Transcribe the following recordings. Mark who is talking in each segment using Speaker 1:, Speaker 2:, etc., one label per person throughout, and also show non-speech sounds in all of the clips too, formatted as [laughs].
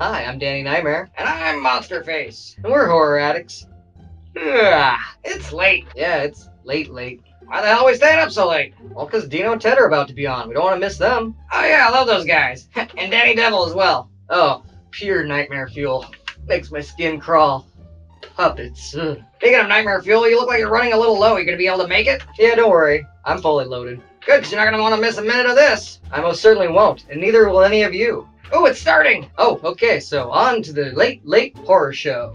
Speaker 1: Hi, I'm Danny Nightmare,
Speaker 2: And I'm Monster Face.
Speaker 1: and we're horror addicts.
Speaker 2: Ugh, it's late.
Speaker 1: Yeah, it's late, late.
Speaker 2: Why the hell we staying up so late?
Speaker 1: Well, 'cause Dino and Ted are about to be on. We don't want to miss them.
Speaker 2: Oh yeah, I love those guys. [laughs] and Danny Devil as well.
Speaker 1: Oh, pure nightmare fuel. Makes my skin crawl. Puppets. Ugh.
Speaker 2: Speaking of nightmare fuel, you look like you're running a little low. You gonna be able to make it?
Speaker 1: Yeah, don't worry. I'm fully loaded.
Speaker 2: Good, cause you're not gonna want to miss a minute of this.
Speaker 1: I most certainly won't, and neither will any of you.
Speaker 2: Oh, it's starting.
Speaker 1: Oh, okay, so on to the late, late horror show.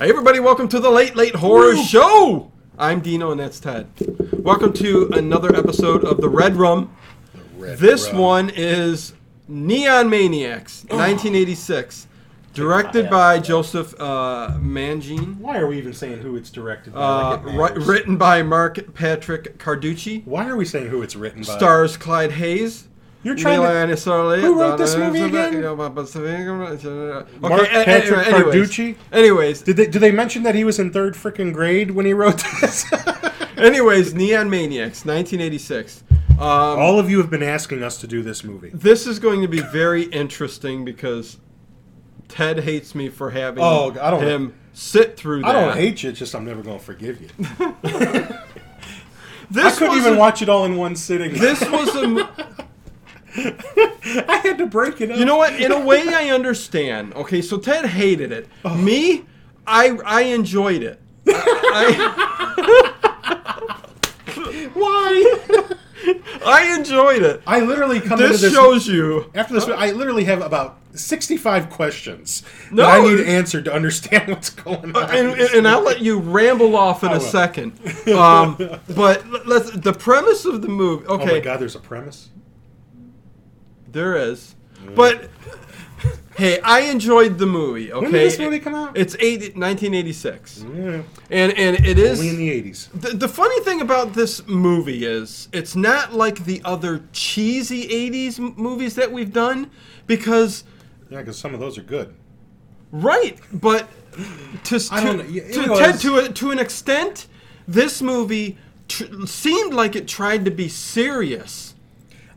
Speaker 3: Hey everybody, welcome to the Late Late Horror Show. I'm Dino and that's Ted. Welcome to another episode of the Red Rum. this one is Neon Maniacs,
Speaker 4: Oh.
Speaker 3: 1986, directed by Joseph uh, Mangine,
Speaker 4: Why are we even saying who it's directed by?
Speaker 3: uh,
Speaker 4: like it
Speaker 3: ri-
Speaker 4: matters?
Speaker 3: written by Mark Patrick Carducci,
Speaker 4: Why are we saying who it's written by?
Speaker 3: stars Clyde Hayes.
Speaker 4: You're trying to. Who wrote this movie again?
Speaker 3: Okay,
Speaker 4: Mark
Speaker 3: a- a-
Speaker 4: Patrick
Speaker 3: anyways.
Speaker 4: Carducci?
Speaker 3: Anyways,
Speaker 4: Did they, did they mention that he was in third freaking grade when he wrote this? [laughs]
Speaker 3: [laughs] Anyways, Neon Maniacs, 1986. Um,
Speaker 4: All of you have been asking us to do this movie.
Speaker 3: this is going to be very interesting because Ted hates me for having
Speaker 4: Oh, I don't-
Speaker 3: him sit through
Speaker 4: I
Speaker 3: that.
Speaker 4: don't hate you. It's just I'm never going to
Speaker 3: [laughs]
Speaker 4: forgive you. I
Speaker 3: This
Speaker 4: couldn't
Speaker 3: was
Speaker 4: even
Speaker 3: a-
Speaker 4: watch it all in one
Speaker 3: [laughs]
Speaker 4: sitting.
Speaker 3: This was a. m-
Speaker 4: [laughs] I had to break it up.
Speaker 3: You know what? In a way, I understand. Okay, so Ted hated it.
Speaker 4: Oh.
Speaker 3: Me, I I enjoyed it. I,
Speaker 4: why?
Speaker 3: I, I enjoyed it.
Speaker 4: [laughs] I literally come into
Speaker 3: This
Speaker 4: this
Speaker 3: shows you.
Speaker 4: After this, I literally have about 65 questions
Speaker 3: No, Uh,
Speaker 4: that I need
Speaker 3: it-
Speaker 4: answered to understand [laughs] what's going on. Oh
Speaker 3: and, and and I'll let you ramble off in
Speaker 4: I
Speaker 3: a
Speaker 4: will.
Speaker 3: second. Um, but l- let's the premise of the movie.
Speaker 4: oh my
Speaker 3: Okay,
Speaker 4: god, there's a premise.
Speaker 3: there is, but hey, I enjoyed the movie. Okay,
Speaker 4: When did this movie come out? Mm-hmm.
Speaker 3: It's eight, 1986,
Speaker 4: yeah,
Speaker 3: and and it is.
Speaker 4: only in the 80s.
Speaker 3: The, the funny thing about this movie is it's not like the other cheesy 80s m- movies that we've done because
Speaker 4: Yeah, because some of those are good.
Speaker 3: Right, but to s-
Speaker 4: I
Speaker 3: to,
Speaker 4: don't know. Yeah,
Speaker 3: to,
Speaker 4: it
Speaker 3: Ted,
Speaker 4: was-
Speaker 3: to, a, to an extent, this movie tr- seemed like it tried to be serious.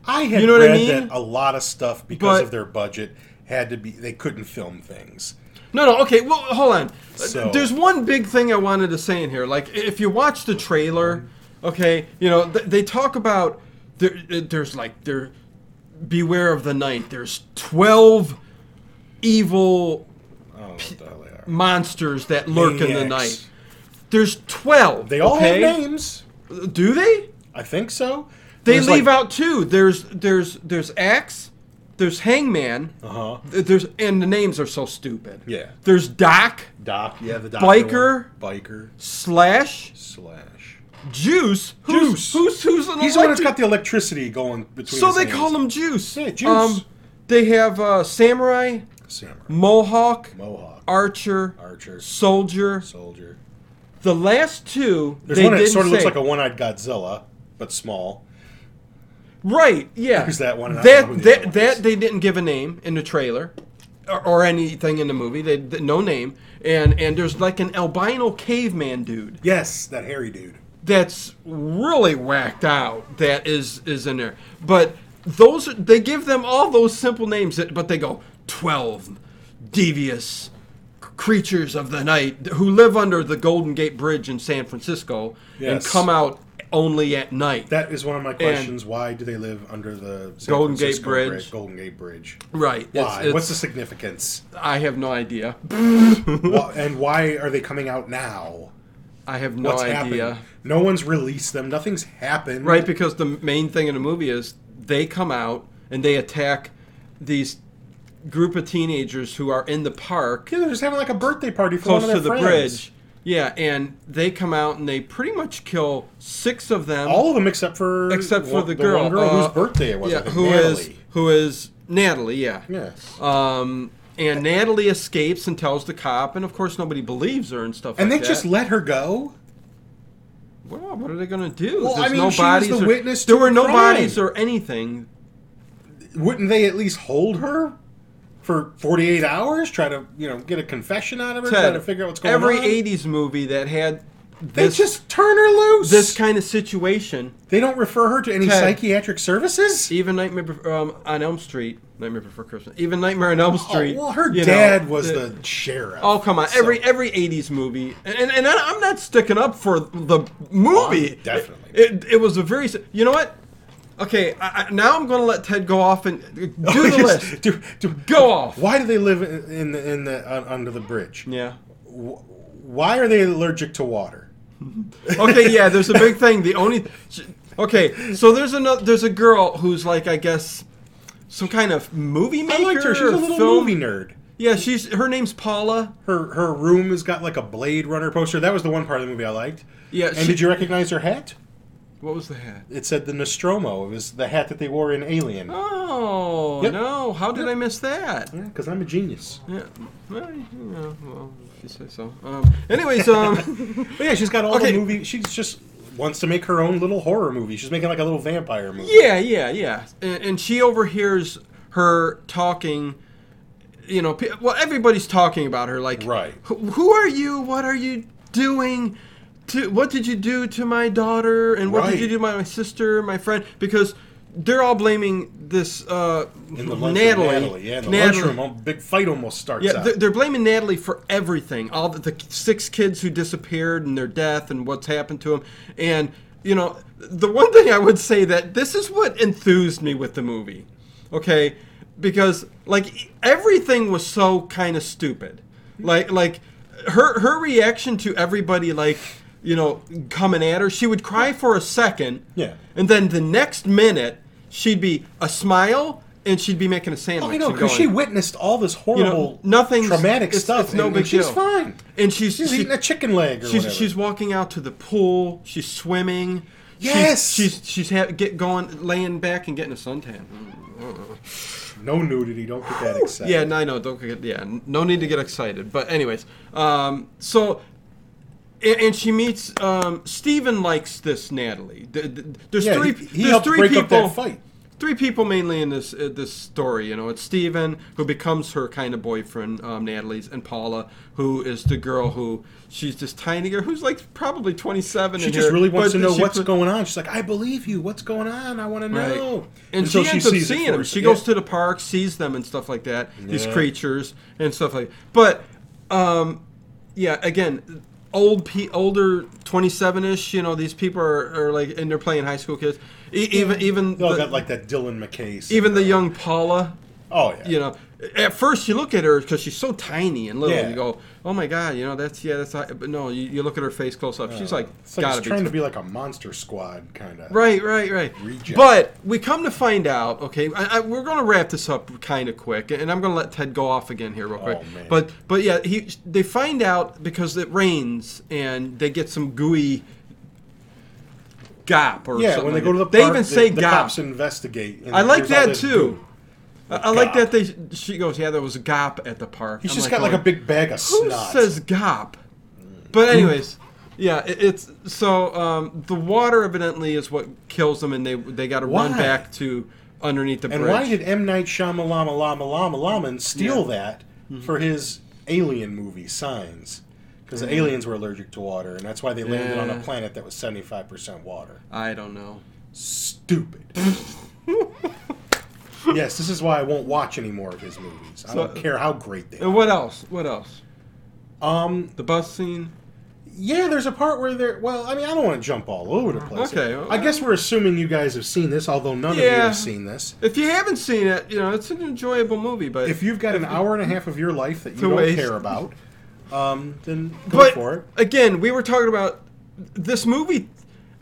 Speaker 4: I had
Speaker 3: You know what I
Speaker 4: read
Speaker 3: mean?
Speaker 4: that a lot of stuff because
Speaker 3: But-
Speaker 4: of their budget had to be they couldn't film things.
Speaker 3: No, no, okay. Well, hold on.
Speaker 4: So-
Speaker 3: There's one big thing I wanted to say in here. Like, if you watch the trailer, okay, you know th- they talk about there, uh, there's like there, beware of the night. There's twelve evil
Speaker 4: I don't know what Oh, the hell they are.
Speaker 3: monsters that lurk in the night.
Speaker 4: Maniacs.
Speaker 3: There's twelve.
Speaker 4: They all
Speaker 3: okay?
Speaker 4: have names.
Speaker 3: Do they?
Speaker 4: I think so.
Speaker 3: They leave out two. There's there's there's Axe, there's Hangman,
Speaker 4: Uh huh.
Speaker 3: th- there's and the names are so stupid.
Speaker 4: Yeah.
Speaker 3: There's Doc,
Speaker 4: Doc. Yeah, the doctor
Speaker 3: Biker.
Speaker 4: one. Biker
Speaker 3: Slash,
Speaker 4: slash.
Speaker 3: Juice. Who's
Speaker 4: Juice.
Speaker 3: who's who's an
Speaker 4: He's the one that's
Speaker 3: electric-
Speaker 4: got the electricity going between.
Speaker 3: So
Speaker 4: his
Speaker 3: they
Speaker 4: hands.
Speaker 3: call him Juice. Um,
Speaker 4: Yeah, Juice.
Speaker 3: they have uh, Samurai,
Speaker 4: Samurai,
Speaker 3: Mohawk,
Speaker 4: Mohawk,
Speaker 3: Archer,
Speaker 4: Archer,
Speaker 3: Soldier.
Speaker 4: Soldier.
Speaker 3: The last two
Speaker 4: There's
Speaker 3: they
Speaker 4: one that
Speaker 3: didn't
Speaker 4: sort of looks
Speaker 3: say.
Speaker 4: like a one-eyed Godzilla, but small.
Speaker 3: Right. Yeah.
Speaker 4: There's that one, and I don't know who
Speaker 3: That
Speaker 4: the other
Speaker 3: that,
Speaker 4: one
Speaker 3: that
Speaker 4: is.
Speaker 3: they didn't give a name in the trailer, or, or anything in the movie. They, they- no name, and and there's like an albino caveman dude
Speaker 4: Yes, that hairy dude.
Speaker 3: that's really whacked out. That is is in there, but those are- they give them all those simple names, that, but they go twelve devious creatures of the night who live under the Golden Gate Bridge in San Francisco and
Speaker 4: Yes.
Speaker 3: come out only at night.
Speaker 4: That is one of my questions. Why do they live under the San
Speaker 3: Golden Gate
Speaker 4: Francisco
Speaker 3: Bridge.
Speaker 4: Golden Gate Bridge.
Speaker 3: right. it's-
Speaker 4: Why?
Speaker 3: it's-
Speaker 4: What's the significance?
Speaker 3: I have no idea.
Speaker 4: Why- and why are they coming out now?
Speaker 3: I have no
Speaker 4: What's
Speaker 3: idea.
Speaker 4: happened? No one's released them. Nothing's happened.
Speaker 3: Right, because the main thing in the movie is they come out and they attack these group of teenagers who are in the park
Speaker 4: Yeah, they're just having like a birthday party for
Speaker 3: close
Speaker 4: one
Speaker 3: to
Speaker 4: of
Speaker 3: the
Speaker 4: their friends.
Speaker 3: bridge. Yeah, and they come out and they pretty much kill six of them,
Speaker 4: All of them except for
Speaker 3: except for
Speaker 4: one-
Speaker 3: the girl,
Speaker 4: one girl
Speaker 3: uh,
Speaker 4: whose birthday it was.
Speaker 3: Yeah,
Speaker 4: I think,
Speaker 3: who is
Speaker 4: Natalie.
Speaker 3: who is Natalie? Yeah.
Speaker 4: Yes.
Speaker 3: Um, and Natalie escapes and tells the cop, and of course nobody believes her and stuff.
Speaker 4: and they
Speaker 3: like
Speaker 4: just
Speaker 3: that.
Speaker 4: let her go.
Speaker 3: Well, what are they gonna do?
Speaker 4: Well, I mean, she was the
Speaker 3: or,
Speaker 4: witness
Speaker 3: There
Speaker 4: to
Speaker 3: were
Speaker 4: a
Speaker 3: no
Speaker 4: crime.
Speaker 3: bodies or anything.
Speaker 4: Wouldn't they at least hold her for 48 hours? Try to you know get a confession out of her. try to figure out what's going
Speaker 3: every
Speaker 4: on.
Speaker 3: 80s movie that had
Speaker 4: They
Speaker 3: this,
Speaker 4: just turn her loose.
Speaker 3: this kind of situation,
Speaker 4: they don't refer her to any
Speaker 3: Ted.
Speaker 4: psychiatric services.
Speaker 3: even Nightmare Bef- um, on Elm Street, Nightmare Before Christmas, even Nightmare on Elm Street.
Speaker 4: Oh, well, her
Speaker 3: you know,
Speaker 4: dad was
Speaker 3: the-
Speaker 4: the, sheriff.
Speaker 3: Oh come
Speaker 4: [laughs]
Speaker 3: on!
Speaker 4: so-
Speaker 3: Every every '80s movie, and and, and I- I'm not sticking up for the movie.
Speaker 4: Oh, definitely.
Speaker 3: It, it, it was a very. s- You know what? Okay, I, I, now I'm going to let Ted go off and do the
Speaker 4: Oh, Yes,
Speaker 3: list.
Speaker 4: do- do-
Speaker 3: Go off.
Speaker 4: Why do they live in in the, in the uh, under the bridge?
Speaker 3: Yeah.
Speaker 4: Wh- Why are they allergic to water?
Speaker 3: Okay. Yeah. There's a big thing. The only. Okay. So there's another. There's a girl who's like I guess some kind of movie maker.
Speaker 4: I liked her. She's a
Speaker 3: or
Speaker 4: little
Speaker 3: film-
Speaker 4: movie nerd.
Speaker 3: Yeah. She's her name's Paula.
Speaker 4: Her her room has got like a Blade Runner poster. That was the one part of the movie I liked.
Speaker 3: Yeah.
Speaker 4: And
Speaker 3: she-
Speaker 4: did you recognize her hat?
Speaker 3: What was the hat?
Speaker 4: It said the Nostromo. It was the hat that they wore in Alien.
Speaker 3: Oh
Speaker 4: Yep.
Speaker 3: no! How did I miss that?
Speaker 4: Yeah, because I'm a genius.
Speaker 3: Yeah, well, you know, well, if you say so. Um, anyways,
Speaker 4: [laughs]
Speaker 3: um,
Speaker 4: But yeah, she's got all
Speaker 3: Okay.
Speaker 4: the movie. She just wants to make her own little horror movie. She's making like a little vampire movie.
Speaker 3: yeah, yeah, yeah. And, and she overhears her talking. You know, pe- well, everybody's talking about her. Like,
Speaker 4: Right.
Speaker 3: Who, who are you? What are you doing? To what did you do to my daughter? And what did you
Speaker 4: Right.
Speaker 3: do to my, my sister, my friend? Because they're all blaming this uh,
Speaker 4: In the lunchroom,
Speaker 3: Natalie.
Speaker 4: Natalie. Yeah, in the lunchroom, a big fight almost starts
Speaker 3: Yeah,
Speaker 4: out.
Speaker 3: they're, they're blaming Natalie for everything. All the, the six kids who disappeared and their death and what's happened to them. And, you know, the one thing I would say that this is what enthused me with the movie. Okay? Because, like, e, everything was so kind of stupid. Like, like her, her reaction to everybody, like, you know, coming at her, she would cry for a second.
Speaker 4: Yeah.
Speaker 3: And then the next minute, she'd be a smile and she'd be making a sandwich.
Speaker 4: Oh, I know
Speaker 3: and
Speaker 4: because
Speaker 3: going-
Speaker 4: she witnessed all this horrible,
Speaker 3: nothing's-
Speaker 4: traumatic
Speaker 3: it's-
Speaker 4: stuff.
Speaker 3: it's no
Speaker 4: and,
Speaker 3: big
Speaker 4: and she's
Speaker 3: deal.
Speaker 4: fine.
Speaker 3: and she's
Speaker 4: She's
Speaker 3: she-
Speaker 4: eating a chicken leg or
Speaker 3: she's,
Speaker 4: whatever.
Speaker 3: she's walking out to the pool. She's swimming. She's-
Speaker 4: Yes!
Speaker 3: she's she's, ha- get going, laying back and getting a suntan.
Speaker 4: no nudity. Don't get that excited.
Speaker 3: Yeah, no, I know. Don't get yeah. n- No need to get excited. But anyways, um, so and, and she meets um, Steven likes this Natalie. Th- th- There's
Speaker 4: yeah.
Speaker 3: three.
Speaker 4: he, he
Speaker 3: there's
Speaker 4: helped
Speaker 3: three
Speaker 4: break
Speaker 3: people.
Speaker 4: up that fight.
Speaker 3: Three people mainly in this uh, this story, you know, it's Steven, who becomes her kind of boyfriend, um, Natalie's, and Paula, who is the girl who she's this tiny girl who's like probably 27.
Speaker 4: She
Speaker 3: in
Speaker 4: just
Speaker 3: here,
Speaker 4: really wants
Speaker 3: but
Speaker 4: to know
Speaker 3: she
Speaker 4: what's
Speaker 3: put-
Speaker 4: going on. She's like, I believe you. What's going on? I want to
Speaker 3: Right.
Speaker 4: know.
Speaker 3: And
Speaker 4: Until
Speaker 3: she ends up
Speaker 4: sees it
Speaker 3: seeing
Speaker 4: for
Speaker 3: them. She
Speaker 4: herself.
Speaker 3: goes to the park, sees them and stuff like that. These
Speaker 4: Yeah.
Speaker 3: creatures and stuff like. But, um, yeah, again, old pe- older twenty seven ish. You know, these people are, are like, and they're playing high school kids. E- even even
Speaker 4: They all
Speaker 3: the-
Speaker 4: got like uh, that Dylan McKay.
Speaker 3: even the
Speaker 4: syndrome.
Speaker 3: young Paula.
Speaker 4: Oh yeah.
Speaker 3: you know at first you look at her because she's so tiny and little
Speaker 4: Yeah.
Speaker 3: you go oh my god you know that's yeah that's not, but no you, you look at her face close up she's like
Speaker 4: Uh, it's like
Speaker 3: gotta
Speaker 4: it's
Speaker 3: be
Speaker 4: trying to
Speaker 3: tw-
Speaker 4: be like a monster squad kind of.
Speaker 3: right right right
Speaker 4: Reject.
Speaker 3: but we come to find out okay I, I, we're gonna wrap this up kind of quick and i'm gonna let ted go off again here real quick
Speaker 4: Oh, man.
Speaker 3: but but yeah he they find out because it rains and they get some gooey gop or
Speaker 4: Yeah,
Speaker 3: something
Speaker 4: when they
Speaker 3: like
Speaker 4: go to the
Speaker 3: that.
Speaker 4: park,
Speaker 3: they even say
Speaker 4: the, the
Speaker 3: gop
Speaker 4: cops investigate. and
Speaker 3: I like
Speaker 4: there's
Speaker 3: that
Speaker 4: all this
Speaker 3: too. I, I like
Speaker 4: Gop.
Speaker 3: that they. She goes, yeah, there was a gop at the park.
Speaker 4: He's
Speaker 3: I'm
Speaker 4: just got like
Speaker 3: going,
Speaker 4: a big bag of
Speaker 3: Who
Speaker 4: snot.
Speaker 3: says gop? But anyways, yeah, it, it's so um, the water evidently is what kills them, and they they got to run
Speaker 4: Why?
Speaker 3: back to underneath the
Speaker 4: and
Speaker 3: bridge.
Speaker 4: why did M Night Shyamalama Lama Lama Laman steal that
Speaker 3: Mm-hmm.
Speaker 4: for his Alien movie Signs? Because the aliens were allergic to water, and that's why they landed on a
Speaker 3: Mm-hmm. Yeah.
Speaker 4: planet that was seventy five percent water.
Speaker 3: I don't know. [laughs]
Speaker 4: Stupid. yes, this is why I won't watch any more of his movies. I
Speaker 3: So-
Speaker 4: don't care how great they
Speaker 3: And
Speaker 4: are.
Speaker 3: what else? What else?
Speaker 4: Um,
Speaker 3: The bus scene.
Speaker 4: Yeah, there's a part where they're. Well, I mean, I don't want to jump all over the place.
Speaker 3: Okay,
Speaker 4: I guess we're assuming you guys have seen this, although none of you
Speaker 3: Yeah.
Speaker 4: have seen this.
Speaker 3: If you haven't seen it, you know it's an enjoyable movie, but
Speaker 4: If you've got an hour and a half of your life that you
Speaker 3: To
Speaker 4: don't
Speaker 3: waste.
Speaker 4: care about, um, then go
Speaker 3: but
Speaker 4: for it.
Speaker 3: again, we were talking about this movie.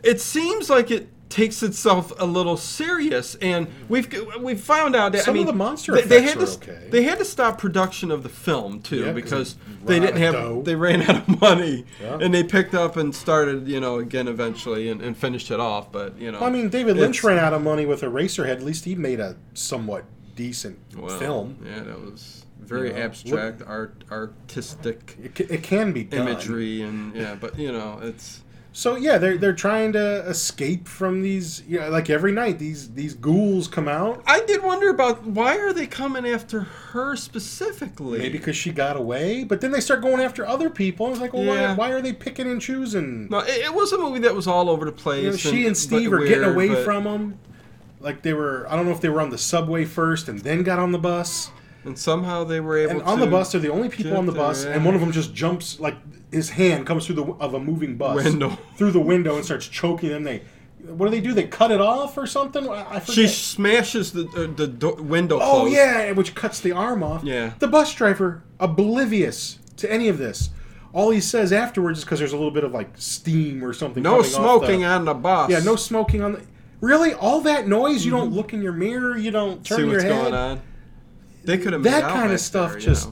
Speaker 3: It seems like it takes itself a little serious, and we've we've found out that I
Speaker 4: Some of
Speaker 3: mean,
Speaker 4: the monster
Speaker 3: had to
Speaker 4: effects were
Speaker 3: s-
Speaker 4: okay.
Speaker 3: they had to stop production of the film too
Speaker 4: Yeah, 'cause
Speaker 3: because
Speaker 4: they
Speaker 3: they
Speaker 4: ran
Speaker 3: didn't
Speaker 4: out
Speaker 3: have
Speaker 4: of dough.
Speaker 3: they ran out of money,
Speaker 4: Yeah.
Speaker 3: and they picked up and started you know again eventually and, and finished it off. But you know,
Speaker 4: I mean, David Lynch
Speaker 3: it's-
Speaker 4: ran out of money with Eraserhead. At least he made a somewhat decent
Speaker 3: well,
Speaker 4: film.
Speaker 3: Yeah, that was very
Speaker 4: You know,
Speaker 3: abstract art artistic
Speaker 4: It, ca- it can be done.
Speaker 3: imagery and yeah, but you know it's.
Speaker 4: So yeah, they're they're trying to escape from these. You know, like every night, these these ghouls come out.
Speaker 3: I did wonder about why are they coming after her specifically?
Speaker 4: Maybe because she got away, but then they start going after other people. It's like, well,
Speaker 3: Yeah.
Speaker 4: why, why are they picking and choosing?
Speaker 3: no, it, it was a movie that was all over the place.
Speaker 4: You know, she and Steve
Speaker 3: but
Speaker 4: are getting
Speaker 3: weird,
Speaker 4: away
Speaker 3: but-
Speaker 4: from them. Like they were, I don't know if they were on the subway first and then got on the bus.
Speaker 3: and somehow they were able
Speaker 4: And
Speaker 3: to
Speaker 4: on the bus, they're the only people
Speaker 3: get
Speaker 4: on the bus,
Speaker 3: there,
Speaker 4: and
Speaker 3: yeah.
Speaker 4: one of them just jumps like his hand comes through the of a moving bus
Speaker 3: Window.
Speaker 4: through the window and starts choking them. They, what do they do? They cut it off or something? I I forget.
Speaker 3: She smashes the uh, the do- window.
Speaker 4: Oh
Speaker 3: closed.
Speaker 4: yeah, which cuts the arm off.
Speaker 3: Yeah.
Speaker 4: The bus driver, oblivious to any of this, all he says afterwards is because there's a little bit of like steam or something.
Speaker 3: No
Speaker 4: coming off the-
Speaker 3: smoking on the bus.
Speaker 4: yeah, no smoking on the. Really, all that noise? You don't look in your mirror. You don't turn
Speaker 3: Mm-hmm. See
Speaker 4: your
Speaker 3: what's
Speaker 4: head.
Speaker 3: going on. They could have
Speaker 4: That kind of stuff just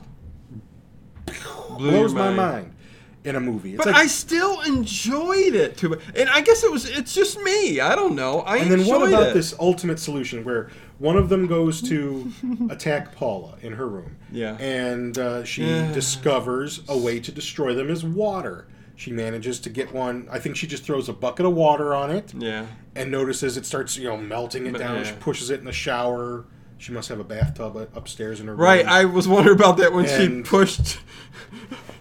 Speaker 3: Blew
Speaker 4: blows
Speaker 3: your
Speaker 4: my
Speaker 3: mind.
Speaker 4: mind in a movie. It's
Speaker 3: But
Speaker 4: like,
Speaker 3: I still enjoyed it too. mu- And I guess it was. It's just me. I don't know. I
Speaker 4: and then what
Speaker 3: enjoyed
Speaker 4: about
Speaker 3: it.
Speaker 4: this ultimate solution where one of them goes to attack Paula in her room?
Speaker 3: Yeah.
Speaker 4: And uh, she
Speaker 3: Yeah.
Speaker 4: discovers a way to destroy them is water. She manages to get one. I think she just throws a bucket of water on it
Speaker 3: Yeah.
Speaker 4: and notices it starts, you know, melting it
Speaker 3: But,
Speaker 4: down.
Speaker 3: yeah.
Speaker 4: She pushes it in the shower. She must have a bathtub u- upstairs in her
Speaker 3: Right.
Speaker 4: room.
Speaker 3: I was wondering about that when she
Speaker 4: And-
Speaker 3: pushed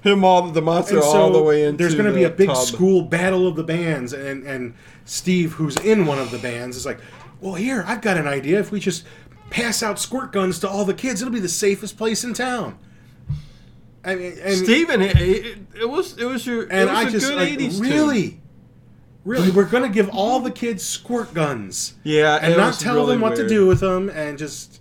Speaker 3: him all the monster
Speaker 4: and so
Speaker 3: all the way into.
Speaker 4: there's going to be
Speaker 3: the
Speaker 4: a big
Speaker 3: tub.
Speaker 4: school battle of the bands and and steve who's in one of the bands is like well here i've got an idea if we just pass out squirt guns to all the kids it'll be the safest place in town i mean and,
Speaker 3: Steven, it, it, it was it was your it was
Speaker 4: and i
Speaker 3: a
Speaker 4: just
Speaker 3: good
Speaker 4: like,
Speaker 3: 80s tune.
Speaker 4: really really we're going to give all the kids squirt guns
Speaker 3: yeah
Speaker 4: and
Speaker 3: it
Speaker 4: not
Speaker 3: was
Speaker 4: tell
Speaker 3: really
Speaker 4: them what
Speaker 3: weird.
Speaker 4: to do with them and just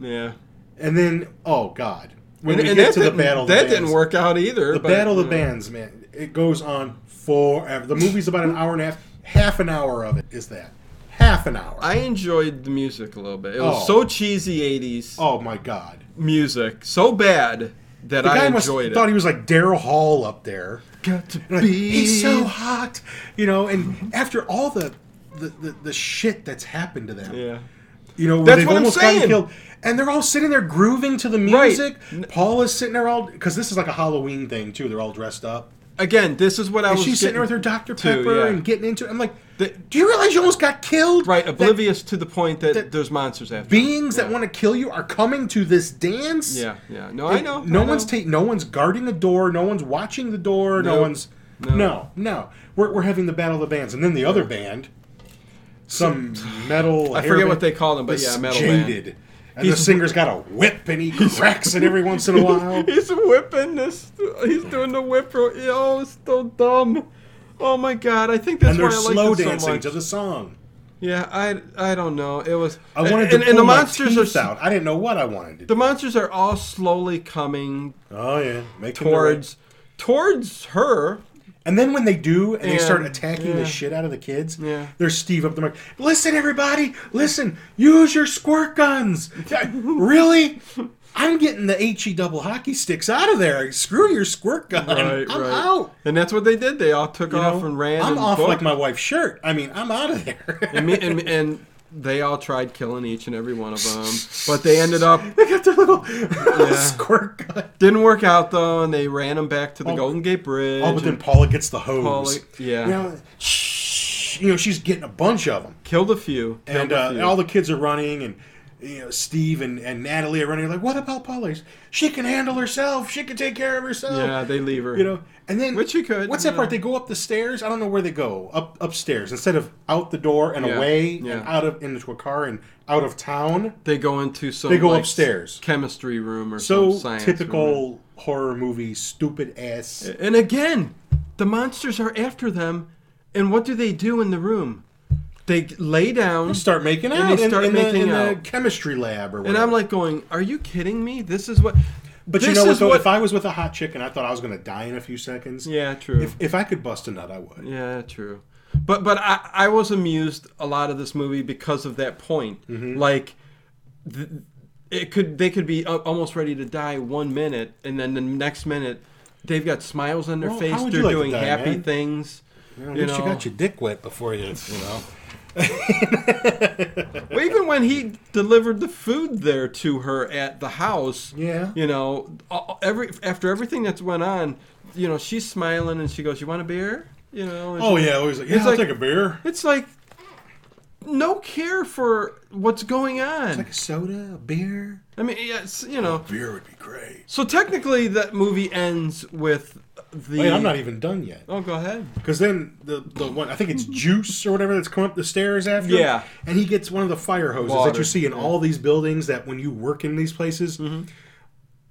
Speaker 3: yeah
Speaker 4: and then oh god when
Speaker 3: and,
Speaker 4: we
Speaker 3: and
Speaker 4: get
Speaker 3: that
Speaker 4: to the
Speaker 3: didn't-
Speaker 4: battle of the
Speaker 3: that
Speaker 4: bands,
Speaker 3: didn't work out either
Speaker 4: The
Speaker 3: but,
Speaker 4: Battle of
Speaker 3: you
Speaker 4: the
Speaker 3: know.
Speaker 4: Bands, man, it goes on forever. The movie's about an hour and a half. Half an hour of it is that. Half an hour.
Speaker 3: I enjoyed the music a little bit. It was
Speaker 4: Oh.
Speaker 3: so cheesy '80s
Speaker 4: oh my god.
Speaker 3: music, so bad that
Speaker 4: The
Speaker 3: I
Speaker 4: guy must
Speaker 3: enjoyed
Speaker 4: thought
Speaker 3: it.
Speaker 4: he was like Daryl Hall up there.
Speaker 3: Got to
Speaker 4: Like,
Speaker 3: be
Speaker 4: He's so hot, you know. And after all the the, the, the shit that's happened to them,
Speaker 3: yeah.
Speaker 4: you know, where
Speaker 3: That's
Speaker 4: they've
Speaker 3: what I'm
Speaker 4: almost
Speaker 3: saying.
Speaker 4: gotten killed, and they're all sitting there grooving to the
Speaker 3: Right.
Speaker 4: music. Paul is sitting there all because this is like a Halloween thing too. They're all dressed up.
Speaker 3: Again, this is what I
Speaker 4: And
Speaker 3: was.
Speaker 4: she's sitting there with
Speaker 3: getting
Speaker 4: her Dr.
Speaker 3: to,
Speaker 4: Pepper
Speaker 3: yeah.
Speaker 4: and getting into it. I'm like,
Speaker 3: The-
Speaker 4: do you realize you almost got killed?
Speaker 3: right
Speaker 4: That
Speaker 3: oblivious to the point that,
Speaker 4: that
Speaker 3: there's monsters after.
Speaker 4: beings that
Speaker 3: Yeah.
Speaker 4: want to kill you are coming to this dance.
Speaker 3: Yeah, yeah. No, I know.
Speaker 4: No
Speaker 3: I
Speaker 4: one's
Speaker 3: know. [laughs]
Speaker 4: ta- no one's guarding a door. No one's watching the door. No,
Speaker 3: No.
Speaker 4: one's
Speaker 3: No.
Speaker 4: no, no. We're, we're having the battle of the bands, and then the other band, some metal.
Speaker 3: I
Speaker 4: hair
Speaker 3: forget
Speaker 4: band
Speaker 3: what they call them, but
Speaker 4: that's
Speaker 3: yeah, metal band.
Speaker 4: jaded. And
Speaker 3: He's-
Speaker 4: the singer's got a
Speaker 3: [laughs]
Speaker 4: whip, and he cracks it every once in a while.
Speaker 3: He's whipping this. He's doing the whip. ro- Oh, it's so dumb. Oh my god! I think that's
Speaker 4: And
Speaker 3: why I
Speaker 4: they're
Speaker 3: like
Speaker 4: slow
Speaker 3: it so
Speaker 4: dancing
Speaker 3: much.
Speaker 4: to the song.
Speaker 3: Yeah, I I don't know. It was.
Speaker 4: I wanted to
Speaker 3: and,
Speaker 4: pull
Speaker 3: and the
Speaker 4: my
Speaker 3: monsters
Speaker 4: teeth
Speaker 3: are
Speaker 4: out. I didn't know what I wanted to
Speaker 3: the
Speaker 4: do.
Speaker 3: monsters are all slowly coming
Speaker 4: Oh yeah, making their way.
Speaker 3: towards towards her.
Speaker 4: And then when they do, and, they
Speaker 3: And-
Speaker 4: start attacking
Speaker 3: yeah.
Speaker 4: the shit out of the kids,
Speaker 3: Yeah.
Speaker 4: there's Steve up there like, "Listen, everybody, listen! Use your squirt guns. Yeah, really? I'm getting the he double hockey sticks out of there. Screw your squirt gun.
Speaker 3: Right,
Speaker 4: I'm
Speaker 3: right.
Speaker 4: out.
Speaker 3: And that's what they did. They all took
Speaker 4: You
Speaker 3: off
Speaker 4: know?
Speaker 3: and ran.
Speaker 4: I'm
Speaker 3: and
Speaker 4: off
Speaker 3: booked.
Speaker 4: like my wife's shirt. I mean, I'm out of there.
Speaker 3: And, me, and, and they all tried killing each and every one of them, but they ended up
Speaker 4: [laughs] they got their little [laughs] squirt gun.
Speaker 3: didn't work out though, and they ran them back to the
Speaker 4: Oh,
Speaker 3: Golden Gate Bridge.
Speaker 4: Oh, but then
Speaker 3: and
Speaker 4: Paula gets the hose.
Speaker 3: Paula- yeah.
Speaker 4: You know, shh, you know, she's getting a bunch of them.
Speaker 3: killed a few. Killed
Speaker 4: and,
Speaker 3: a
Speaker 4: uh,
Speaker 3: few.
Speaker 4: and all the kids are running and you know steve and, and natalie are running like what about polly's she can handle herself she can take care of herself
Speaker 3: yeah, they leave her.
Speaker 4: you know and then
Speaker 3: Which she could,
Speaker 4: what's
Speaker 3: yeah.
Speaker 4: that part they go up the stairs i don't know where they go up upstairs instead of out the door and
Speaker 3: Yeah,
Speaker 4: away
Speaker 3: yeah.
Speaker 4: and out of into a car and out of town
Speaker 3: they go into some.
Speaker 4: They go
Speaker 3: like,
Speaker 4: upstairs.
Speaker 3: Chemistry room or some
Speaker 4: so
Speaker 3: science Eh. room.
Speaker 4: typical horror movie stupid ass
Speaker 3: And again, the monsters are after them, and what do they do in the room? They g- lay down.
Speaker 4: start making
Speaker 3: And
Speaker 4: out
Speaker 3: they
Speaker 4: in-
Speaker 3: start
Speaker 4: in,
Speaker 3: making
Speaker 4: the, in
Speaker 3: out.
Speaker 4: the chemistry lab or
Speaker 3: And
Speaker 4: whatever.
Speaker 3: I'm like going, "Are you kidding me? This is what."
Speaker 4: but
Speaker 3: this
Speaker 4: you know what,
Speaker 3: is
Speaker 4: though, if i was with a hot chick and i thought i was going to die in a few seconds
Speaker 3: yeah, true.
Speaker 4: if, if i could bust a nut i would
Speaker 3: Yeah, true. But but I, I was amused a lot of this movie because of that point.
Speaker 4: Mm-hmm.
Speaker 3: Like, th- it could they could be a- almost ready to die one minute, and then the next minute they've got smiles on their
Speaker 4: Well,
Speaker 3: face.
Speaker 4: how would
Speaker 3: They're
Speaker 4: you like to
Speaker 3: doing
Speaker 4: die,
Speaker 3: happy
Speaker 4: man?
Speaker 3: things.
Speaker 4: At
Speaker 3: you
Speaker 4: least you
Speaker 3: know.
Speaker 4: got your dick wet before you, you know.
Speaker 3: Well, even when he delivered the food there to her at the house,
Speaker 4: Yeah.
Speaker 3: you know, a- every after everything that's went on, you know, she's smiling and she goes, "You want a beer?" You know, it's,
Speaker 4: [laughs] Oh yeah, always like yeah,
Speaker 3: It's
Speaker 4: I'll
Speaker 3: like-
Speaker 4: take a beer,
Speaker 3: it's like no care for what's going on.
Speaker 4: like a soda, a beer.
Speaker 3: I mean, yeah, it's, you know.
Speaker 4: Beer would be great.
Speaker 3: So technically, that movie ends with the.
Speaker 4: Wait, Oh, I'm not e- even done yet.
Speaker 3: Oh, go ahead.
Speaker 4: Because then the the one I think it's Juice or whatever that's come up the stairs after. him,
Speaker 3: Yeah.
Speaker 4: and he gets one of the fire hoses that
Speaker 3: Water,
Speaker 4: you see in all these buildings. That when you work in these places,
Speaker 3: Mm-hmm.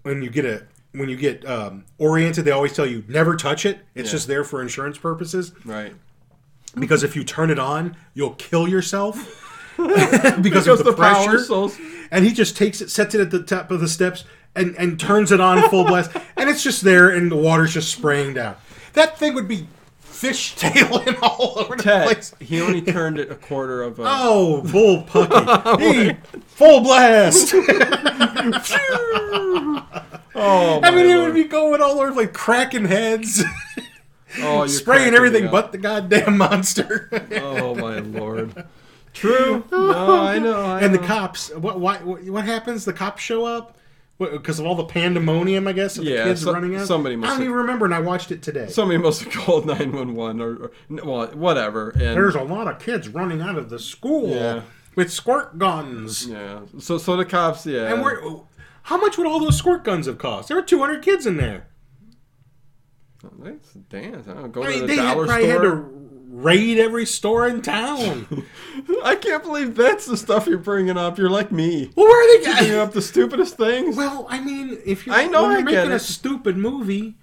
Speaker 4: when you get a when you get um, oriented, they always tell you never touch it. It's
Speaker 3: Yeah.
Speaker 4: just there for insurance purposes
Speaker 3: Right.
Speaker 4: because if you turn it on, you'll kill
Speaker 3: [laughs]
Speaker 4: yourself. [laughs] because,
Speaker 3: Because
Speaker 4: of the,
Speaker 3: the,
Speaker 4: pressure,
Speaker 3: power
Speaker 4: [laughs]
Speaker 3: source.
Speaker 4: and he just takes it, sets it at the top of the steps, and and turns it on full
Speaker 3: [laughs]
Speaker 4: blast, and it's just there, and the water's just spraying down. That thing would be [laughs] fishtailing all over the
Speaker 3: Ted,
Speaker 4: place.
Speaker 3: he only turned it a quarter of a.
Speaker 4: Oh, bull
Speaker 3: [laughs]
Speaker 4: pucky! He, full blast!
Speaker 3: Oh,
Speaker 4: I mean,
Speaker 3: my
Speaker 4: it
Speaker 3: Lord.
Speaker 4: would be going all over like cracking heads,
Speaker 3: Oh,
Speaker 4: [laughs]
Speaker 3: you're cracking
Speaker 4: spraying
Speaker 3: me
Speaker 4: everything
Speaker 3: up.
Speaker 4: but the goddamn monster.
Speaker 3: [laughs]
Speaker 4: [laughs]
Speaker 3: Oh my lord. True. No, I know. I
Speaker 4: and the
Speaker 3: know.
Speaker 4: cops. What? Why? What what happens? The cops show up because of all the pandemonium. I guess. Of
Speaker 3: Yeah,
Speaker 4: the kids
Speaker 3: so-
Speaker 4: running out.
Speaker 3: somebody must
Speaker 4: I don't
Speaker 3: have-
Speaker 4: even remember, and I watched it today.
Speaker 3: Somebody must have called 911 or, or n- well, whatever. And
Speaker 4: There's a lot of kids running out of the school
Speaker 3: Yeah.
Speaker 4: with squirt guns.
Speaker 3: yeah. So so the cops, yeah.
Speaker 4: And we're, how much would all those squirt guns have cost? There were 200 kids in there.
Speaker 3: That's dance. I don't know, go
Speaker 4: I
Speaker 3: to
Speaker 4: mean,
Speaker 3: the
Speaker 4: they had,
Speaker 3: dollar
Speaker 4: probably had to
Speaker 3: store.
Speaker 4: raid every store
Speaker 3: [laughs]
Speaker 4: in town. well,
Speaker 3: I can't believe that's the stuff you're bringing up. You're like me.
Speaker 4: where are
Speaker 3: You're
Speaker 4: they?
Speaker 3: bringing up the stupidest things.
Speaker 4: well, I mean, if you're,
Speaker 3: I know
Speaker 4: when you're
Speaker 3: I get
Speaker 4: making a
Speaker 3: it.
Speaker 4: stupid movie,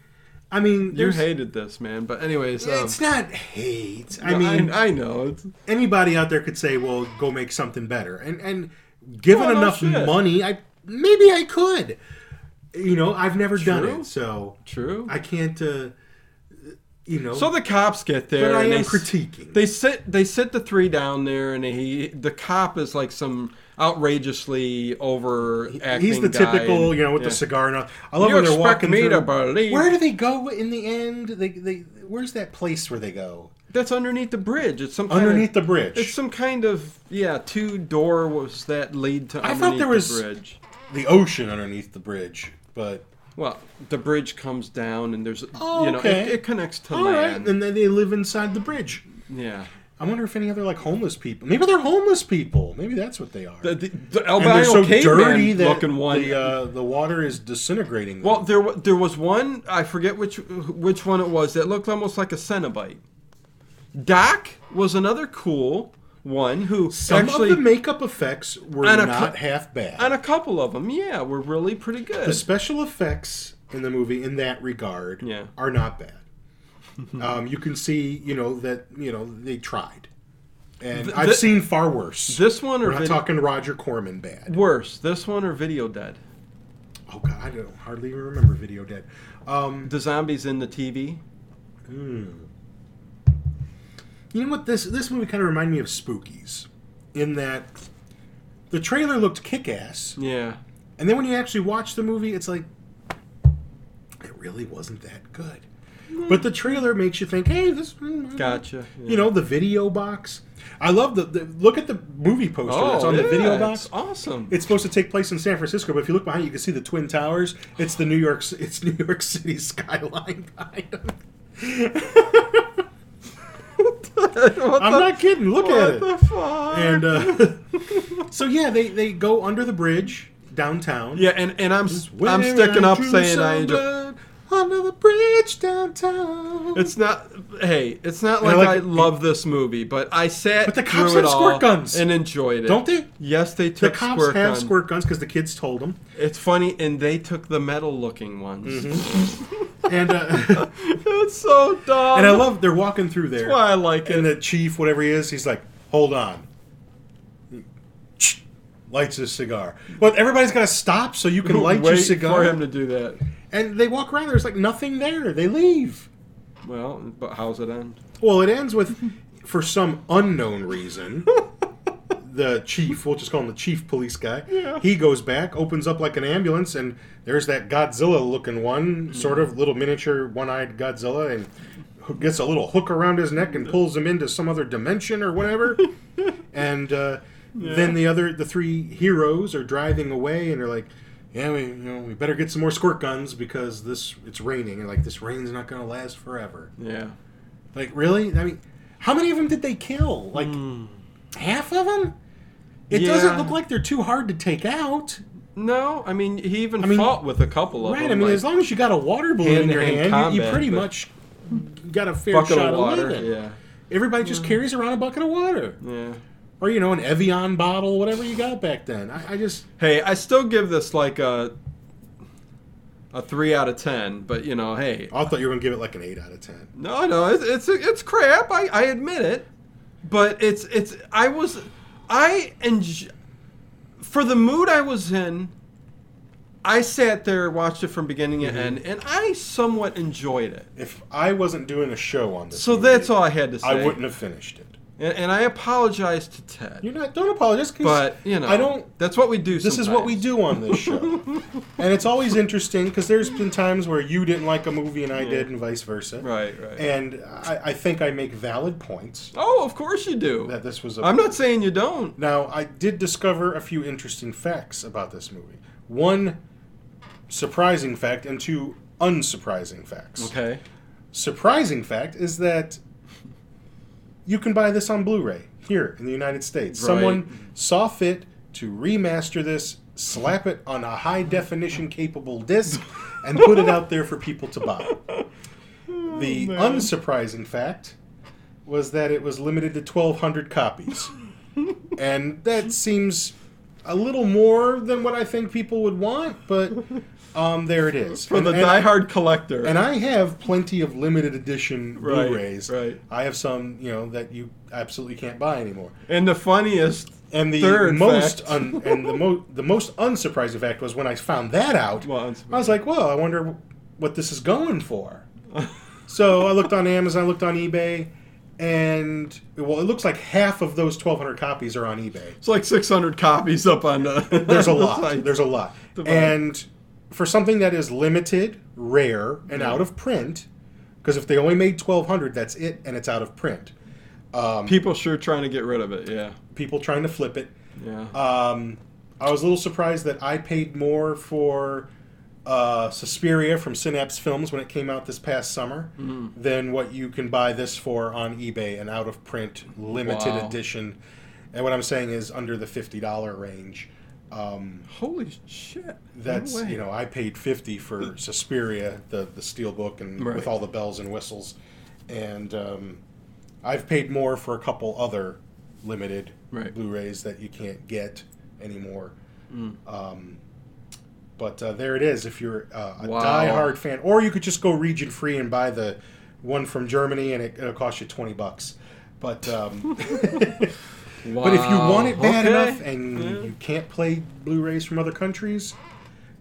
Speaker 4: I mean,
Speaker 3: you
Speaker 4: there's,
Speaker 3: hated this, man. But anyways, um,
Speaker 4: it's not hate. I
Speaker 3: no,
Speaker 4: mean,
Speaker 3: I, know. It's,
Speaker 4: anybody out there could say, "Well, go make something better." And and given
Speaker 3: Oh, no
Speaker 4: enough
Speaker 3: shit.
Speaker 4: money, I maybe I could. You know, I've never done
Speaker 3: True.
Speaker 4: it, so
Speaker 3: true.
Speaker 4: I can't. Uh, you know,
Speaker 3: so the cops get there.
Speaker 4: but I
Speaker 3: and
Speaker 4: am
Speaker 3: they s-
Speaker 4: critiquing.
Speaker 3: They sit they sit the three down there, and he the cop is like some outrageously over acting.
Speaker 4: He's the typical, you know, with the cigar and all. I love
Speaker 3: You
Speaker 4: when they're
Speaker 3: expect
Speaker 4: walking
Speaker 3: me
Speaker 4: through.
Speaker 3: to believe-
Speaker 4: Where do they go in the end? They they where's that place where they go
Speaker 3: That's underneath the bridge. It's some kind
Speaker 4: underneath
Speaker 3: Of,
Speaker 4: the bridge?
Speaker 3: it's some kind of yeah two door was that lead to
Speaker 4: I
Speaker 3: underneath
Speaker 4: thought there was-
Speaker 3: the bridge.
Speaker 4: the ocean underneath the bridge, but
Speaker 3: Well, the bridge comes down, and there's
Speaker 4: Oh,
Speaker 3: you know it,
Speaker 4: okay.
Speaker 3: it connects to
Speaker 4: all right.
Speaker 3: land.
Speaker 4: And then they live inside the bridge.
Speaker 3: yeah.
Speaker 4: I wonder if any other like homeless people. Maybe they're homeless people. Maybe that's what they are.
Speaker 3: The, the, the
Speaker 4: and they're
Speaker 3: albino
Speaker 4: so
Speaker 3: caveman
Speaker 4: dirty that
Speaker 3: looking one.
Speaker 4: the uh, the water is disintegrating. them.
Speaker 3: well, there wa- there was one I forget which which one it was that looked almost like a Cenobite. Doc was another cool one who
Speaker 4: some
Speaker 3: actually
Speaker 4: of the makeup effects were
Speaker 3: On a
Speaker 4: not
Speaker 3: cou-
Speaker 4: half bad.
Speaker 3: and a couple of them, yeah, were really pretty good.
Speaker 4: the special effects in the movie, in that regard,
Speaker 3: Yeah.
Speaker 4: are not bad. um, you can see, you know, that you know they tried, and
Speaker 3: Th-
Speaker 4: I've
Speaker 3: thi-
Speaker 4: seen far worse.
Speaker 3: this one or
Speaker 4: we're not
Speaker 3: vid-
Speaker 4: talking Roger Corman bad.
Speaker 3: worse, this one or Video Dead.
Speaker 4: Oh God, I don't hardly even remember Video Dead. Um, hmm.
Speaker 3: The zombies in the TV.
Speaker 4: You know what this this movie kind of reminded me of Spookies, in that the trailer looked kick ass,
Speaker 3: Yeah.
Speaker 4: and then when you actually watch the movie, it's like it really wasn't that good. But the trailer makes you think, hey, this mm,
Speaker 3: Gotcha.
Speaker 4: You know the video box. I love the, the look at the movie poster that's on the video box.
Speaker 3: Oh, It's awesome.
Speaker 4: It's supposed to take place in San Francisco, but if you look behind, you you can see the Twin Towers. It's the New York. C- It's New York City skyline [laughs] behind them. I'm not kidding. Look at it.
Speaker 3: What the fuck?
Speaker 4: and uh, [laughs] so yeah, they they go under the bridge downtown.
Speaker 3: yeah, and, and I'm
Speaker 4: Where
Speaker 3: I'm sticking
Speaker 4: I
Speaker 3: up
Speaker 4: drew
Speaker 3: saying I
Speaker 4: some
Speaker 3: enjoy.
Speaker 4: blood under the bridge downtown.
Speaker 3: It's not hey, it's not
Speaker 4: And I
Speaker 3: like, I
Speaker 4: like-
Speaker 3: love this movie, but I sat
Speaker 4: But the cops
Speaker 3: through it
Speaker 4: have squirt
Speaker 3: all
Speaker 4: guns.
Speaker 3: and enjoyed it.
Speaker 4: Don't they?
Speaker 3: Yes, they
Speaker 4: the
Speaker 3: took
Speaker 4: cops
Speaker 3: squirt
Speaker 4: have
Speaker 3: guns.
Speaker 4: squirt guns because the kids
Speaker 3: [laughs]
Speaker 4: told them.
Speaker 3: It's funny, and they took the metal looking ones.
Speaker 4: Mm-hmm. And uh,
Speaker 3: [laughs] it's so dumb.
Speaker 4: and I love they're walking through there.
Speaker 3: That's why I like it.
Speaker 4: And the chief, whatever he is, he's like, "Hold on." [sniffs] Lights his cigar, but everybody's got to stop so
Speaker 3: [laughs]
Speaker 4: you can light
Speaker 3: Wait
Speaker 4: your cigar.
Speaker 3: for him to do that.
Speaker 4: and they walk around. There's like nothing there. They leave.
Speaker 3: Well, but how's it end?
Speaker 4: Well, it ends with, for some unknown reason, the chief, we'll just call him the chief police guy,
Speaker 3: Yeah.
Speaker 4: he goes back, opens up like an ambulance, and there's that Godzilla looking one, sort of little miniature one eyed Godzilla, and who gets a little hook around his neck and pulls him into some other dimension or whatever. and uh, then the other, the three heroes are driving away, and they're like, yeah, we you know we better get some more squirt guns because this it's raining and like this rain's not gonna last forever.
Speaker 3: Yeah.
Speaker 4: Like really? I mean, how many of them did they kill? Like half of them? It
Speaker 3: Hmm. Yeah.
Speaker 4: doesn't look like they're too hard to take out.
Speaker 3: No, I mean he even
Speaker 4: I mean,
Speaker 3: fought with a couple of
Speaker 4: Right. I
Speaker 3: them.
Speaker 4: mean,
Speaker 3: like,
Speaker 4: as long as you got a water balloon in your hand,
Speaker 3: hand-to-hand
Speaker 4: you- you,
Speaker 3: combat,
Speaker 4: pretty
Speaker 3: but-
Speaker 4: much got a fair
Speaker 3: bucket
Speaker 4: shot
Speaker 3: of
Speaker 4: of
Speaker 3: water.
Speaker 4: living.
Speaker 3: Yeah,
Speaker 4: Everybody just carries around a bucket of water,
Speaker 3: yeah.
Speaker 4: or you know, an Evian bottle, whatever you got back then. I, I just
Speaker 3: Hey, I still give this like a a three out of ten, but you know, hey,
Speaker 4: I thought you were gonna give it like an eight out of ten.
Speaker 3: no, no, it's it's, it's crap. I, I admit it, but it's it's I was I enj- for the mood I was in. I sat there, watched it from beginning to end, and I somewhat enjoyed it.
Speaker 4: If I wasn't doing a show on this,
Speaker 3: So
Speaker 4: movie,
Speaker 3: that's all I had to say.
Speaker 4: I wouldn't have finished it.
Speaker 3: And, and I apologize to Ted.
Speaker 4: You're not. Don't apologize. 'cause
Speaker 3: But you know,
Speaker 4: I don't.
Speaker 3: That's what we do.
Speaker 4: This is what we
Speaker 3: sometimes.
Speaker 4: do on this show,
Speaker 3: [laughs]
Speaker 4: and it's always interesting because there's been times where you didn't like a movie and I did, and vice versa.
Speaker 3: Right, right.
Speaker 4: And I, I think I make valid points
Speaker 3: oh, of course you do.
Speaker 4: that this was a.
Speaker 3: I'm not saying you don't.
Speaker 4: Now, I did discover a few interesting facts about this movie. One surprising fact, and two unsurprising facts.
Speaker 3: Okay.
Speaker 4: Surprising fact is that you can buy this on Blu ray here in the United States.
Speaker 3: Right.
Speaker 4: Someone saw fit to remaster this, slap it on a high definition capable disc, and put it out there for people
Speaker 3: [laughs]
Speaker 4: to buy. The
Speaker 3: Oh,
Speaker 4: unsurprising fact was that it was limited to 1,200
Speaker 3: [laughs]
Speaker 4: copies. and that seems a little more than what I think people would want, but um, there it is.
Speaker 3: For
Speaker 4: And-
Speaker 3: the
Speaker 4: and-
Speaker 3: diehard collector.
Speaker 4: and I have plenty of limited edition
Speaker 3: Right,
Speaker 4: Blu-rays.
Speaker 3: right.
Speaker 4: I have some, you know, that you absolutely can't buy anymore.
Speaker 3: And the funniest.
Speaker 4: And the
Speaker 3: Third
Speaker 4: most
Speaker 3: fact.
Speaker 4: un, and the most the most unsurprising fact was when I found that out.
Speaker 3: Well,
Speaker 4: I was like, well, I wonder what this is going for. so I looked on Amazon, I looked on eBay, and well, it looks like half of those 1,200 copies are on eBay.
Speaker 3: it's like 600 copies up on the.
Speaker 4: There's
Speaker 3: [laughs]
Speaker 4: a
Speaker 3: the
Speaker 4: lot.
Speaker 3: site.
Speaker 4: There's a lot.
Speaker 3: Divide.
Speaker 4: And for something that is limited, rare, and out of print, because if they only made 1,200, that's it, and it's out of print.
Speaker 3: People sure trying to get rid of it. Yeah.
Speaker 4: People trying to flip it.
Speaker 3: Yeah.
Speaker 4: Um, I was a little surprised that I paid more for uh, Suspiria from Synapse Films when it came out this past summer than what you can buy this for on eBay, an out of print, limited
Speaker 3: Wow.
Speaker 4: edition. And what I'm saying is under the $50 range. Um,
Speaker 3: Holy shit. No
Speaker 4: that's
Speaker 3: way.
Speaker 4: you know I paid fifty for Suspiria, the the steel book, and
Speaker 3: Right.
Speaker 4: with all the bells and whistles, and um, I've paid more for a couple other limited
Speaker 3: Right.
Speaker 4: Blu-rays that you can't get anymore.
Speaker 3: Mm.
Speaker 4: Um, but uh, there it is. If you're uh, a
Speaker 3: Wow.
Speaker 4: die-hard fan, or you could just go region free and buy the one from Germany, and it, it'll cost you twenty bucks. But
Speaker 3: [laughs]
Speaker 4: um, [laughs] But if you want it
Speaker 3: Wow.
Speaker 4: bad
Speaker 3: Okay.
Speaker 4: enough and
Speaker 3: Yeah.
Speaker 4: you can't play Blu-rays from other countries,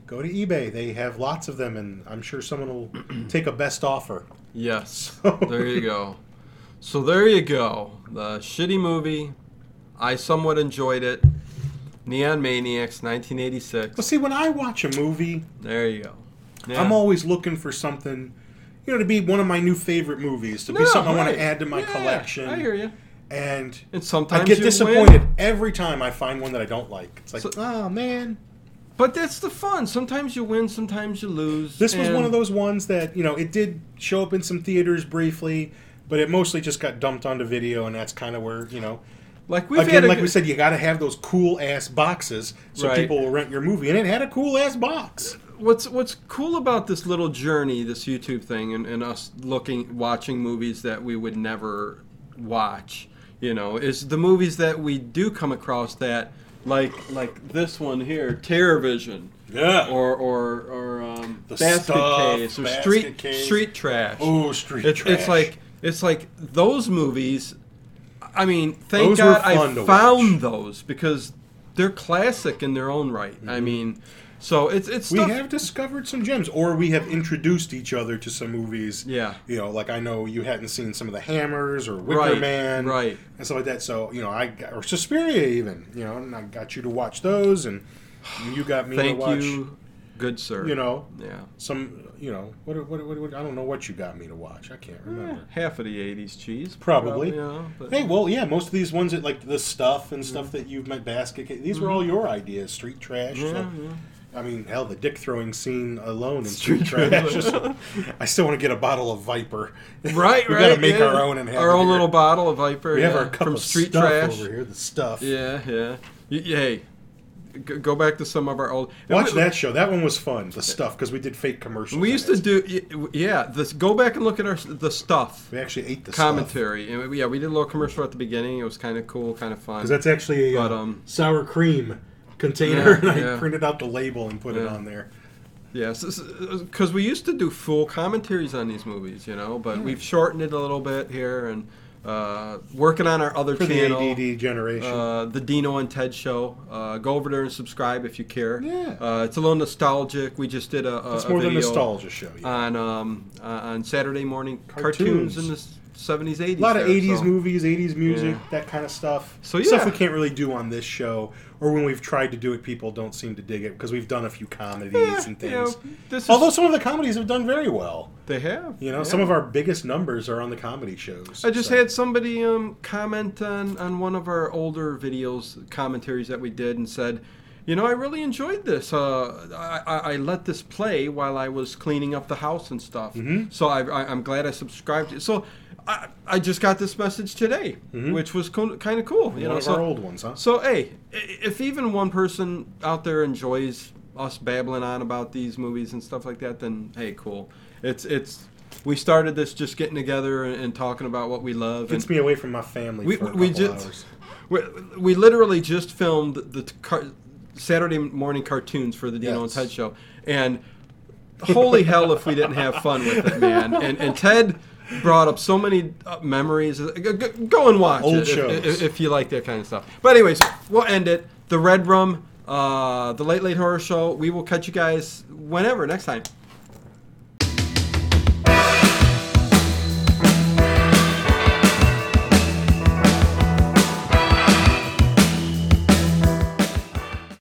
Speaker 4: go to eBay. They have lots of them, and I'm sure
Speaker 3: [clears throat]
Speaker 4: someone will take a best offer.
Speaker 3: Yes.
Speaker 4: [laughs]
Speaker 3: there you go. So there you go. The shitty movie. I somewhat enjoyed it. Neon Maniacs, 1986.
Speaker 4: Well, see, when I watch a movie,
Speaker 3: There you go.
Speaker 4: I'm always looking for something, you know, to be one of my new favorite movies, to be something I want to add to my collection.
Speaker 3: I hear you.
Speaker 4: And
Speaker 3: And sometimes
Speaker 4: I get
Speaker 3: you
Speaker 4: disappointed
Speaker 3: Win.
Speaker 4: every time I find one that I don't like. It's like,
Speaker 3: So-
Speaker 4: oh man,
Speaker 3: But that's the fun. Sometimes you win, sometimes you lose.
Speaker 4: This was
Speaker 3: and-
Speaker 4: one of those ones that you know it did show up in some theaters briefly, but it mostly just got dumped onto video, and that's kind of where you know.
Speaker 3: like we've
Speaker 4: again,
Speaker 3: had a
Speaker 4: like
Speaker 3: good-
Speaker 4: we said, you got to have those cool ass boxes so
Speaker 3: Right.
Speaker 4: people will rent your movie, and it had a cool ass box.
Speaker 3: What's what's cool about this little journey, this YouTube thing, and, and us looking, watching movies that we would never watch, you know, is the movies that we do come across that, like like this one here, Terror Vision,
Speaker 4: Yeah.
Speaker 3: or or or um,
Speaker 4: The
Speaker 3: Basket
Speaker 4: Stuff,
Speaker 3: Case, or
Speaker 4: Basket
Speaker 3: Street
Speaker 4: Case.
Speaker 3: Street Trash.
Speaker 4: oh, street
Speaker 3: It's,
Speaker 4: trash.
Speaker 3: it's like it's like those movies. I mean, thank
Speaker 4: Those were
Speaker 3: God I
Speaker 4: fun to
Speaker 3: found
Speaker 4: watch.
Speaker 3: those because they're classic in their own right. I mean, so it's it's
Speaker 4: Mm-hmm. we
Speaker 3: stuff-
Speaker 4: have discovered some gems, or we have introduced each other to some movies.
Speaker 3: Yeah.
Speaker 4: you know, like I know you hadn't seen some of the Hammers or Wicker
Speaker 3: Right,
Speaker 4: Man,
Speaker 3: right.
Speaker 4: and stuff like that. So you know, I got, or Suspiria even, you know, and I got you to watch those, and you got me
Speaker 3: thank
Speaker 4: to watch.
Speaker 3: you, good sir.
Speaker 4: you know
Speaker 3: yeah,
Speaker 4: some you know what, what, what, what I don't know what you got me to watch. I
Speaker 3: Eh.
Speaker 4: can't remember.
Speaker 3: half of the '80s cheese,
Speaker 4: eh. Probably.
Speaker 3: you know, but-
Speaker 4: Hey, well, yeah, most of these ones that like the stuff and stuff that you've met basket. Ca- These were all your ideas, street trash. so,
Speaker 3: Mm-hmm. Yeah, yeah.
Speaker 4: I mean, hell, the dick throwing scene alone in
Speaker 3: Street
Speaker 4: Street Trash.
Speaker 3: Trash.
Speaker 4: I still want to get a bottle of Viper.
Speaker 3: [laughs] Right,
Speaker 4: [laughs] we
Speaker 3: right.
Speaker 4: gotta make
Speaker 3: yeah.
Speaker 4: our own and have
Speaker 3: our
Speaker 4: it
Speaker 3: own
Speaker 4: here.
Speaker 3: little bottle of Viper.
Speaker 4: We have
Speaker 3: yeah,
Speaker 4: our cup
Speaker 3: from
Speaker 4: of
Speaker 3: Street
Speaker 4: stuff
Speaker 3: Trash.
Speaker 4: over here. The stuff.
Speaker 3: Yeah, yeah. Y- y- hey, g- go back to some of our old.
Speaker 4: Watch
Speaker 3: we,
Speaker 4: that show. That one was fun. The stuff because we did fake commercials.
Speaker 3: We
Speaker 4: in
Speaker 3: used
Speaker 4: it.
Speaker 3: to do. y- Yeah, this, go back and look at our s- the stuff
Speaker 4: We actually ate the
Speaker 3: commentary. And we- yeah, we did a little commercial at the beginning. It was kind of cool, kind of fun.
Speaker 4: because that's actually a
Speaker 3: But,
Speaker 4: uh,
Speaker 3: um,
Speaker 4: sour cream container,
Speaker 3: Yeah,
Speaker 4: [laughs] and I
Speaker 3: yeah.
Speaker 4: printed out the label and put it
Speaker 3: Yeah.
Speaker 4: on there.
Speaker 3: yes, because we used to do full commentaries on these movies, you know. But we've shortened it a little bit here and uh, working on our other
Speaker 4: For
Speaker 3: channel.
Speaker 4: the ADD generation.
Speaker 3: uh, the Dino and Ted show. Uh, go over there and subscribe if you care.
Speaker 4: Yeah.
Speaker 3: Uh, it's a little nostalgic. We just did a, a,
Speaker 4: it's
Speaker 3: a
Speaker 4: more than
Speaker 3: video
Speaker 4: nostalgia show. Yeah.
Speaker 3: on um, uh, on Saturday morning
Speaker 4: Cartoons.
Speaker 3: cartoons, in the s- 70s, 80s.
Speaker 4: a lot of
Speaker 3: there,
Speaker 4: 80s
Speaker 3: so.
Speaker 4: movies, 80s music,
Speaker 3: Yeah.
Speaker 4: that kind of stuff.
Speaker 3: So,
Speaker 4: Stuff
Speaker 3: yeah.
Speaker 4: we can't really do on this show, or when we've tried to do it, people don't seem to dig it because we've done a few comedies
Speaker 3: Yeah,
Speaker 4: and
Speaker 3: you
Speaker 4: things.
Speaker 3: know, this is-
Speaker 4: Although some of the comedies have done very well.
Speaker 3: they have.
Speaker 4: You know,
Speaker 3: yeah.
Speaker 4: some of our biggest numbers are on the comedy shows.
Speaker 3: I just
Speaker 4: so.
Speaker 3: had somebody um, comment on, on one of our older videos, commentaries that we did, and said, You know, I really enjoyed this. Uh, I, I, I let this play while I was cleaning up the house and stuff.
Speaker 4: Mm-hmm.
Speaker 3: So I, I, I'm glad I subscribed. to it." So I, I just got this message today, which was co- kind of cool. You
Speaker 4: Mm-hmm. one
Speaker 3: know,
Speaker 4: of
Speaker 3: so,
Speaker 4: our old ones, huh?
Speaker 3: so hey, i- if even one person out there enjoys us babbling on about these movies and stuff like that, then hey, cool. It's it's we started this just getting together and, and talking about what we love. And
Speaker 4: Gets me away from my family
Speaker 3: we
Speaker 4: for a
Speaker 3: we
Speaker 4: couple
Speaker 3: just
Speaker 4: hours.
Speaker 3: we, we literally just filmed the t- car, Saturday morning cartoons for the Dino
Speaker 4: Yes.
Speaker 3: and Ted show, and
Speaker 4: [laughs]
Speaker 3: holy hell if we didn't have fun with it, man. And and Ted. Brought up so many uh, memories. Go, go- go and watch
Speaker 4: Old
Speaker 3: it if-
Speaker 4: shows.
Speaker 3: if- if you like that kind of stuff. But anyways, we'll end it. The Red Room, uh, the Late Late Horror Show. We will catch you guys whenever next time.